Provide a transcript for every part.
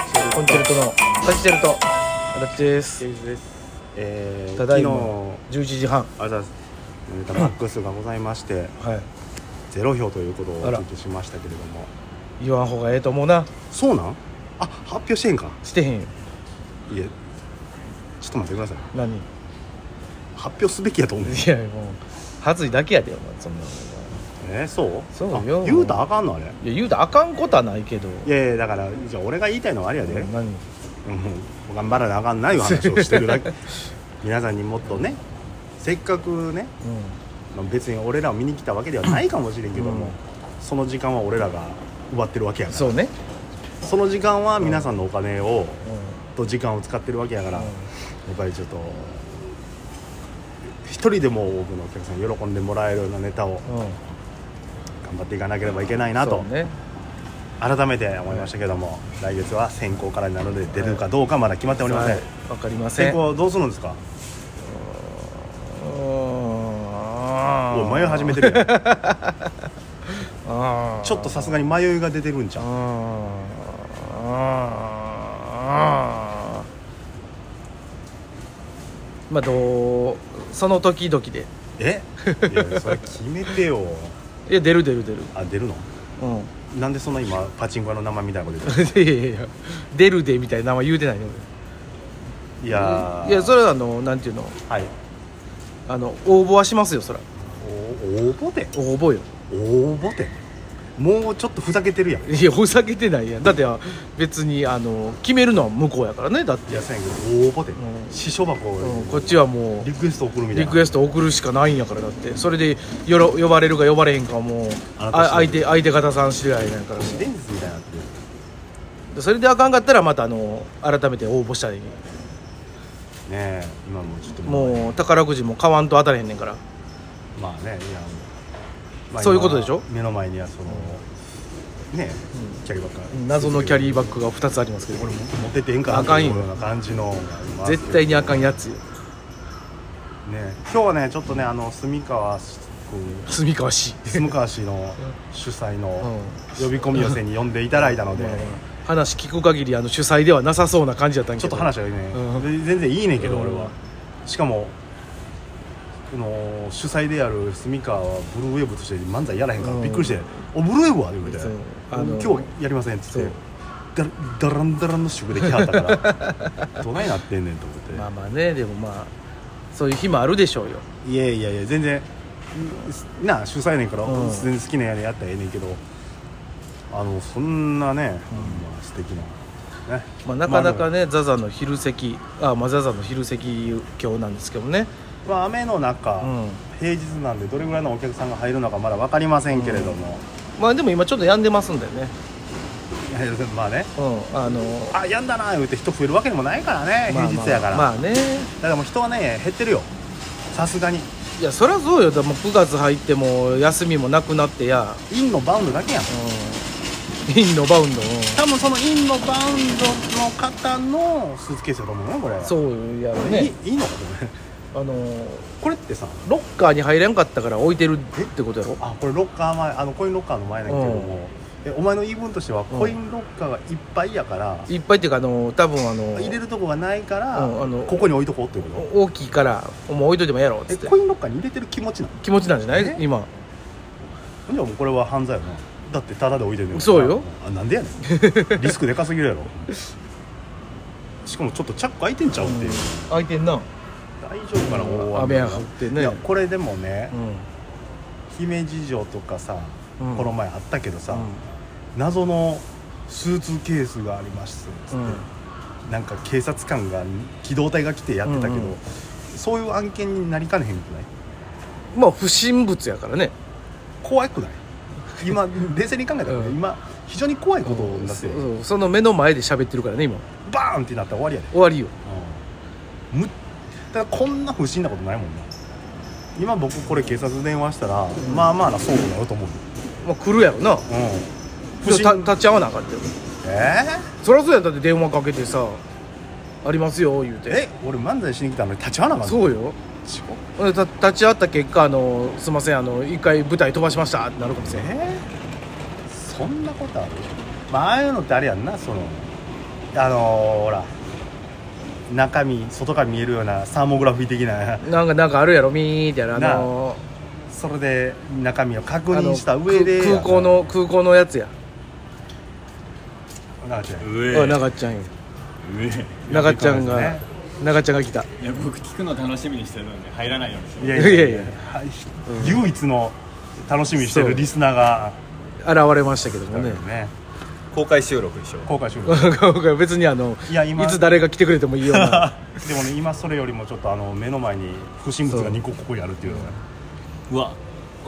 トのタジシェルト足立ですケイズです。えー、ただいま昨11時半日あざネタマックスがございまして、はゼロ票ということをおあら聞きしましたけれども、い言わん方がええと思うなそうなん？あ、発表してんか。してへんよいえ、ちょっと待ってください。何 い発表すべきやと思う。やもう恥ずいだけやでお前そんなのえー、そう？そうよあ言うたらあかんのあれ。いや言うたらあかんことはないけどいやいやだからじゃあ俺が言いたいのはあれやで。うん、何頑張らなあかんない話をしてる だけ。皆さんにもっとね、せっかくね、まあ別に俺らを見に来たわけではないかもしれんけども、うんその時間は俺らが奪ってるわけやうんから。そうねその時間は皆さんのお金を、うと時間を使ってるわけやから、んやっぱりちょっと一人でも多くのお客さんに喜んでもらえるようなネタをうんうん頑張っていかなければいけないなと、そうね改めて思いましたけども、来月は選考からなので出るかどうかまだ決まっておりません、はいわかりませ選ん考どうするんですかおお迷い始めて るやんちちょっとさすがに迷いが出てるんじゃんまあどうその時々でえいやそれ決めてよいや出る出る出るあ出るのうん なんでそんな今パチンコ屋の名前みたいなこと言ってるいやいやいや出るでみたいな名前言うてないのいやーいやそれはあのなんていうのはいあの応募はしますよそらお応募で応募よ 応募てもうちょっとふざけてるやんいいやふざけてないやんだってあ別にあの決めるのは向こうやからねだって、やせんけど応募てん私書箱うんをこっちはもリクエスト送るうみたいリなクエスト送るしかないんやからだってそれでよろ呼ばれるか呼ばれへんかはもうあなたあ次相手相手方さん次第なんやから都市伝説みたいになってるでそれであかんかったらまたあの改めて応募したりねえ今もうちょっともう宝くじも買わんと当たれへんねんからまあねいや、まあそういうことでしょ今目の前にはそのねえキャリーバッグが謎のキャリーバッグが2つありますけどこれも持ってってんかなあかんよっていうような感じのが今あるけど絶対にあかんやつよねえ今日はねちょっとねあの住川氏君住川氏住川氏の主催のう呼び込み寄せに呼んでいただいたので、話聞く限りあの主催ではなさそうな感じだったんやちょけっどと話はね、う全然いいねんけど、うん俺はしかもこの主催である住川はブルーウェーブとして漫才やらへんから、うんびっくりして「おブルーウェーブは?」みたいそうなあの今日はやりません」っつっそてうだだらんだらんの宿で来はったから どないなってんねんと思って、まあまあねでもまあそういう日もあるでしょうよいやいやいや全然うんなあ主催やねんから、うん全然好きなやりやったらええねんけどあのそんなね、まあ、素敵なねまあ、なかなかね、ザザの昼席あ、まあ、ザザの昼席今日なんですけどね、まあ、雨の中、うん平日なんでどれぐらいのお客さんが入るのかまだ分かりませんけれども、まあ、でも今ちょっと病んでますんでね、いや まあねうん、あのあやんだなー言うて人増えるわけにもないからねま平あ日やから、まあ、まあねだからもう人はね減ってるよさすがにいやそりゃそうよでも9月入っても休みもなくなってや、インのバウンドだけやんうん、インのバウンド、多分そのインのバウンドの方のスーツケースだと思うねこれうん、そうやろうねいいいの かこれあのこれってさロッカーに入れんかったから置いてるってことやろあこれロッカー前あのコインロッカーの前だけども、えお前の言い分としてはコインロッカーがいっぱいやから、いっぱいっていうかあの多分あの入れるとこがないから、うんあのここに置いとこうってこと大きいからもう置いといてもええやろっつえってコインロッカーに入れてる気持ちなの気持ちなんじゃなえい今じゃあもうこれは犯罪よなだってタダで置いてるのそうよあなんでやね んリスクでかすぎるやろしかもちょっとチャック開いてんちゃうっていう、開いてんな大丈夫かな大雨が降ってねいやこれでもねう、ん姫路城とかさ、うんこの前あったけどさ、う謎のスーツケースがありまして、んうんなんか警察官が機動隊が来てやってたけど、うんうんそういう案件になりかねへんくないまあ不審物やからね怖くない 今冷静に考えたらね、うん今非常に怖いことになってる、そうその目の前で喋ってるからね今バーンってなったら終わりやで終わりよむだからこんな不審なことないもんな今僕これ警察電話したら、まあまあなそうになると思うよまあ来るやろなうんで不も審た立ち会わなあかったよえそりゃそうやだって電話かけてさありますよ言うー、てえ俺漫才しに来たのに立ち会わなかったそうよちょでた立ち会った結果あのすいませんあの一回舞台飛ばしましたってなるかもしれんえー、そんなことあるまあああいうのってあれやんなそのあのーほら中身外から見えるようなサーモグラフィー的ななんかなんかあるやろみーってやるあのそれで中身を確ーあ認のした上で空空港の空港のやつやなんか違うおい上上長っちゃんよ長っちゃんが、ね長っちゃんが来たいや僕聞くの楽しみにしてるんで入らないようにしているやいやいやはい唯一の楽しみにしてるリスナーが現れましたけどもねね公開収録でしょ公開収録 別にあのいや今いつ誰が来てくれてもいいようなでもね今それよりもちょっとあの目の前に不審物が2個ここにあるっていうのがうわ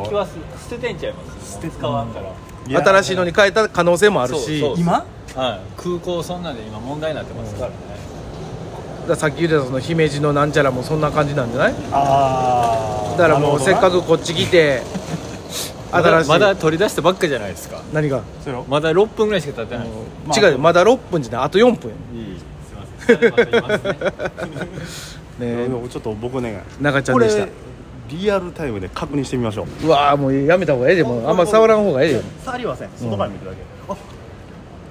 置きはす捨ててんちゃいます捨て使わんからいや新しいのに変えた可能性もあるしそうそう今はい空港そんなんで今問題になってますからねだからさっき言ってたその姫路のなんちゃらもそんな感じなんじゃないああだからもうせっかくこっち来てまだ新しいまだ取り出したばっかじゃないですか何が、それをまだ6分ぐらいしか経ってないまあ違うよまだ6分じゃないあと4分いいすいません疲れましたいますねやねでもちょっと僕ね中ちゃこんれでしたリアルタイムで確認してみましょううわーもうやめた方がええでもうあんま触らん方がええよ触りはせん外から見るだけ、あ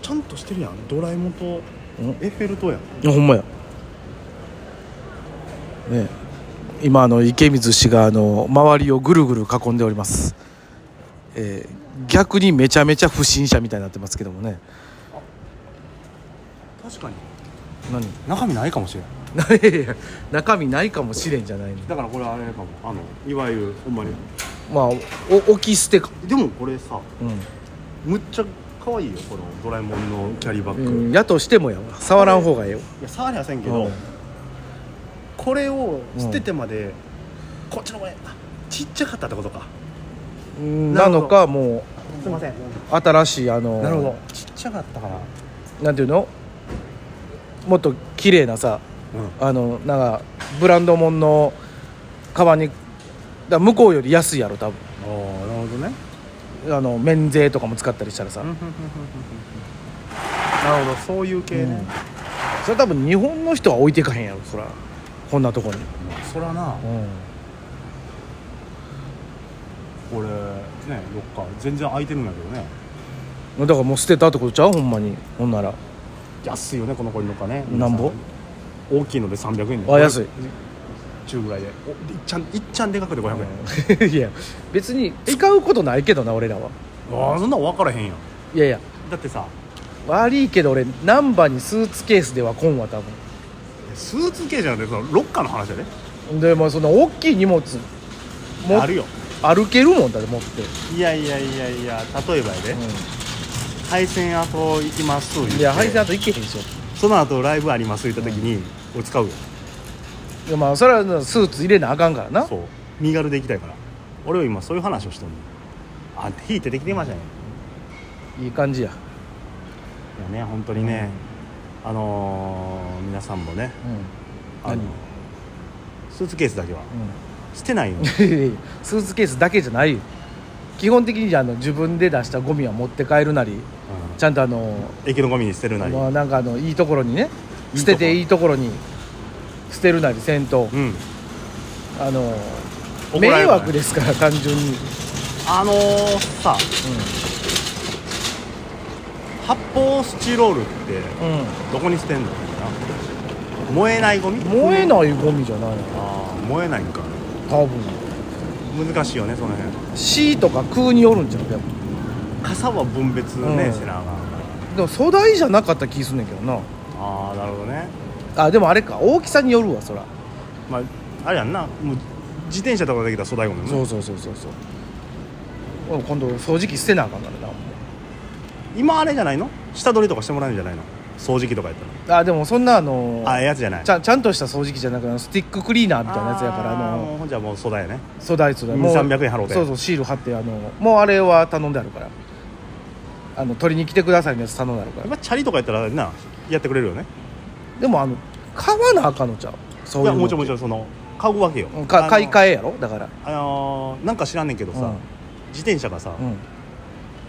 ちゃんとしてるやんドラえもんとエんッフェル塔やんいやほんまやねえ今あの池水氏があの周りをぐるぐる囲んでおります、えー逆にめちゃめちゃ不審者みたいになってますけどもね確かに何中身ないかもしれないいやいや 中身ないかもしれんじゃないのだからこれあれかもあのいわゆるほんまにまあお置き捨てか、でもこれさうむっちゃ可愛いよこのドラえもんのキャリーバッんグ、いやとしてもやわ触らん方がええよや触りはせんけど、うんこれを捨ててまで、こっちの方へあちっちゃかったってことかうんななるほどのかもすいませんう新しいあのなるほどちっちゃかったかなうなんていうのもっと綺麗なさんあのなんかブランドもんのカバンにだ向こうより安いやろ多分ああなるほどねあの免税とかも使ったりしたらさ、なるほどそういう系ね、うんそれ多分日本の人は置いてかへんやろそらこんなとこに、まあそらなうんこれねどっか全然空いてるんだけどねだからもう捨てたってことちゃうほんまにほんなら安いよねこの子のかねなんぼ大きいので300円であ安い中ぐらいでおでいっちゃんいっちゃんでかくて500円、 いや別に使うことないけどな俺らはああそんなん分からへんやんいやいやだってさ悪いけど俺難波にスーツケースではこんわ多スーツ系じゃなくてそのロッカーの話やで、分でもその大きい荷物もあるよ歩けるもんだって持って、いやいやいやいや例えばやで、配線後行きます言っていや配線あといけへんでしょその後ライブあります言った時に、俺使うよいやまあそれはスーツ入れなあかんからなそう身軽で行きたいから俺は今そういう話をしてんのあんた引いてできてましたねいい感じや、いやね本当にね、あのー皆さんもねあの何スーツケースだけは捨てないよう にいやいやいやスーツケースだけじゃないよ基本的にあの自分で出したゴミは持って帰るなりちゃんとあの駅のゴミに捨てるなり、まあなんかあのいいところにねいいとこ捨てていいところに捨てるなりせんとうんあの怒られる迷からね惑ですから単純に、あのー、さ発泡スチロールってうんどこに捨てんのかな燃えないゴミ燃えないゴミじゃないのあー燃えないんか多分難しいよねその辺 C とか空によるんちゃうでも傘は分別ね、うんせなあかんからでも粗大じゃなかった気すんねんけどなああなるほどねあでもあれか大きさによるわそらまああれやんなもう自転車とかできたら粗大ゴミもねそうそうそうそうそう俺今度掃除機捨てなあかんからなほん今あれじゃないの下取りとかしてもらうんじゃないの掃除機とかやったであでもそんなあのらああやつじゃないちゃんちゃんとした掃除機じゃなくてスティッククリーナーみたいなやつやからあーのもうじゃあもう粗大やね粗大粗大もう300円払うてそうそうシール貼ってあのもうあれは頼んであるからあの取りに来てくださいのやつ頼んであるかやっらぱチャリとかやったらなやってくれるよねでもあの買わなあかんのちゃうそいういうやのもちろんもちろんその買うわけようんか買いえ替えやろだからあのーなんか知らんねんけどさ、うん自転車がさ、うん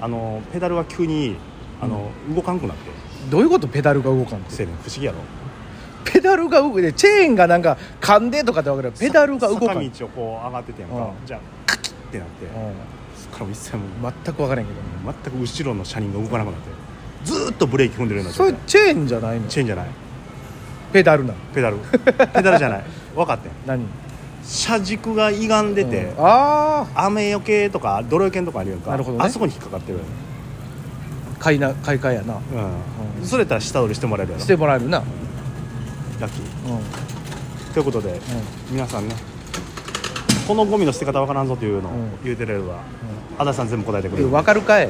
あのーペダルが急にあのー動かんくなってどういうことペダルが動かんのせいねん不思議やろペダルが動くでチェーンがなんか噛んでとかってわかるけどペダルが動かんさう坂道をこう上がっててんか、うんじゃあカキッてなって、んそっからもう一切もう全く分からへんけど全く後ろの車輪が動かなくなってずーっとブレーキ踏んでるようなそ状れ態チェーンじゃないのチェーンじゃないペダルなのペダル ペダルじゃない分かってん何車軸が歪んでて、うんあ雨よけとか泥よけんとかあるやんかなるほどねあそこに引っかかってるや、あ買いな買い替えやなんうんうんそれやったら下取りしてもらえるやろしてもらえるなラッキーうんうんということで、皆さんねこのゴミの捨て方わからんぞというのをうん言うてれれば、足立さん全部答えてくれえるわかるかい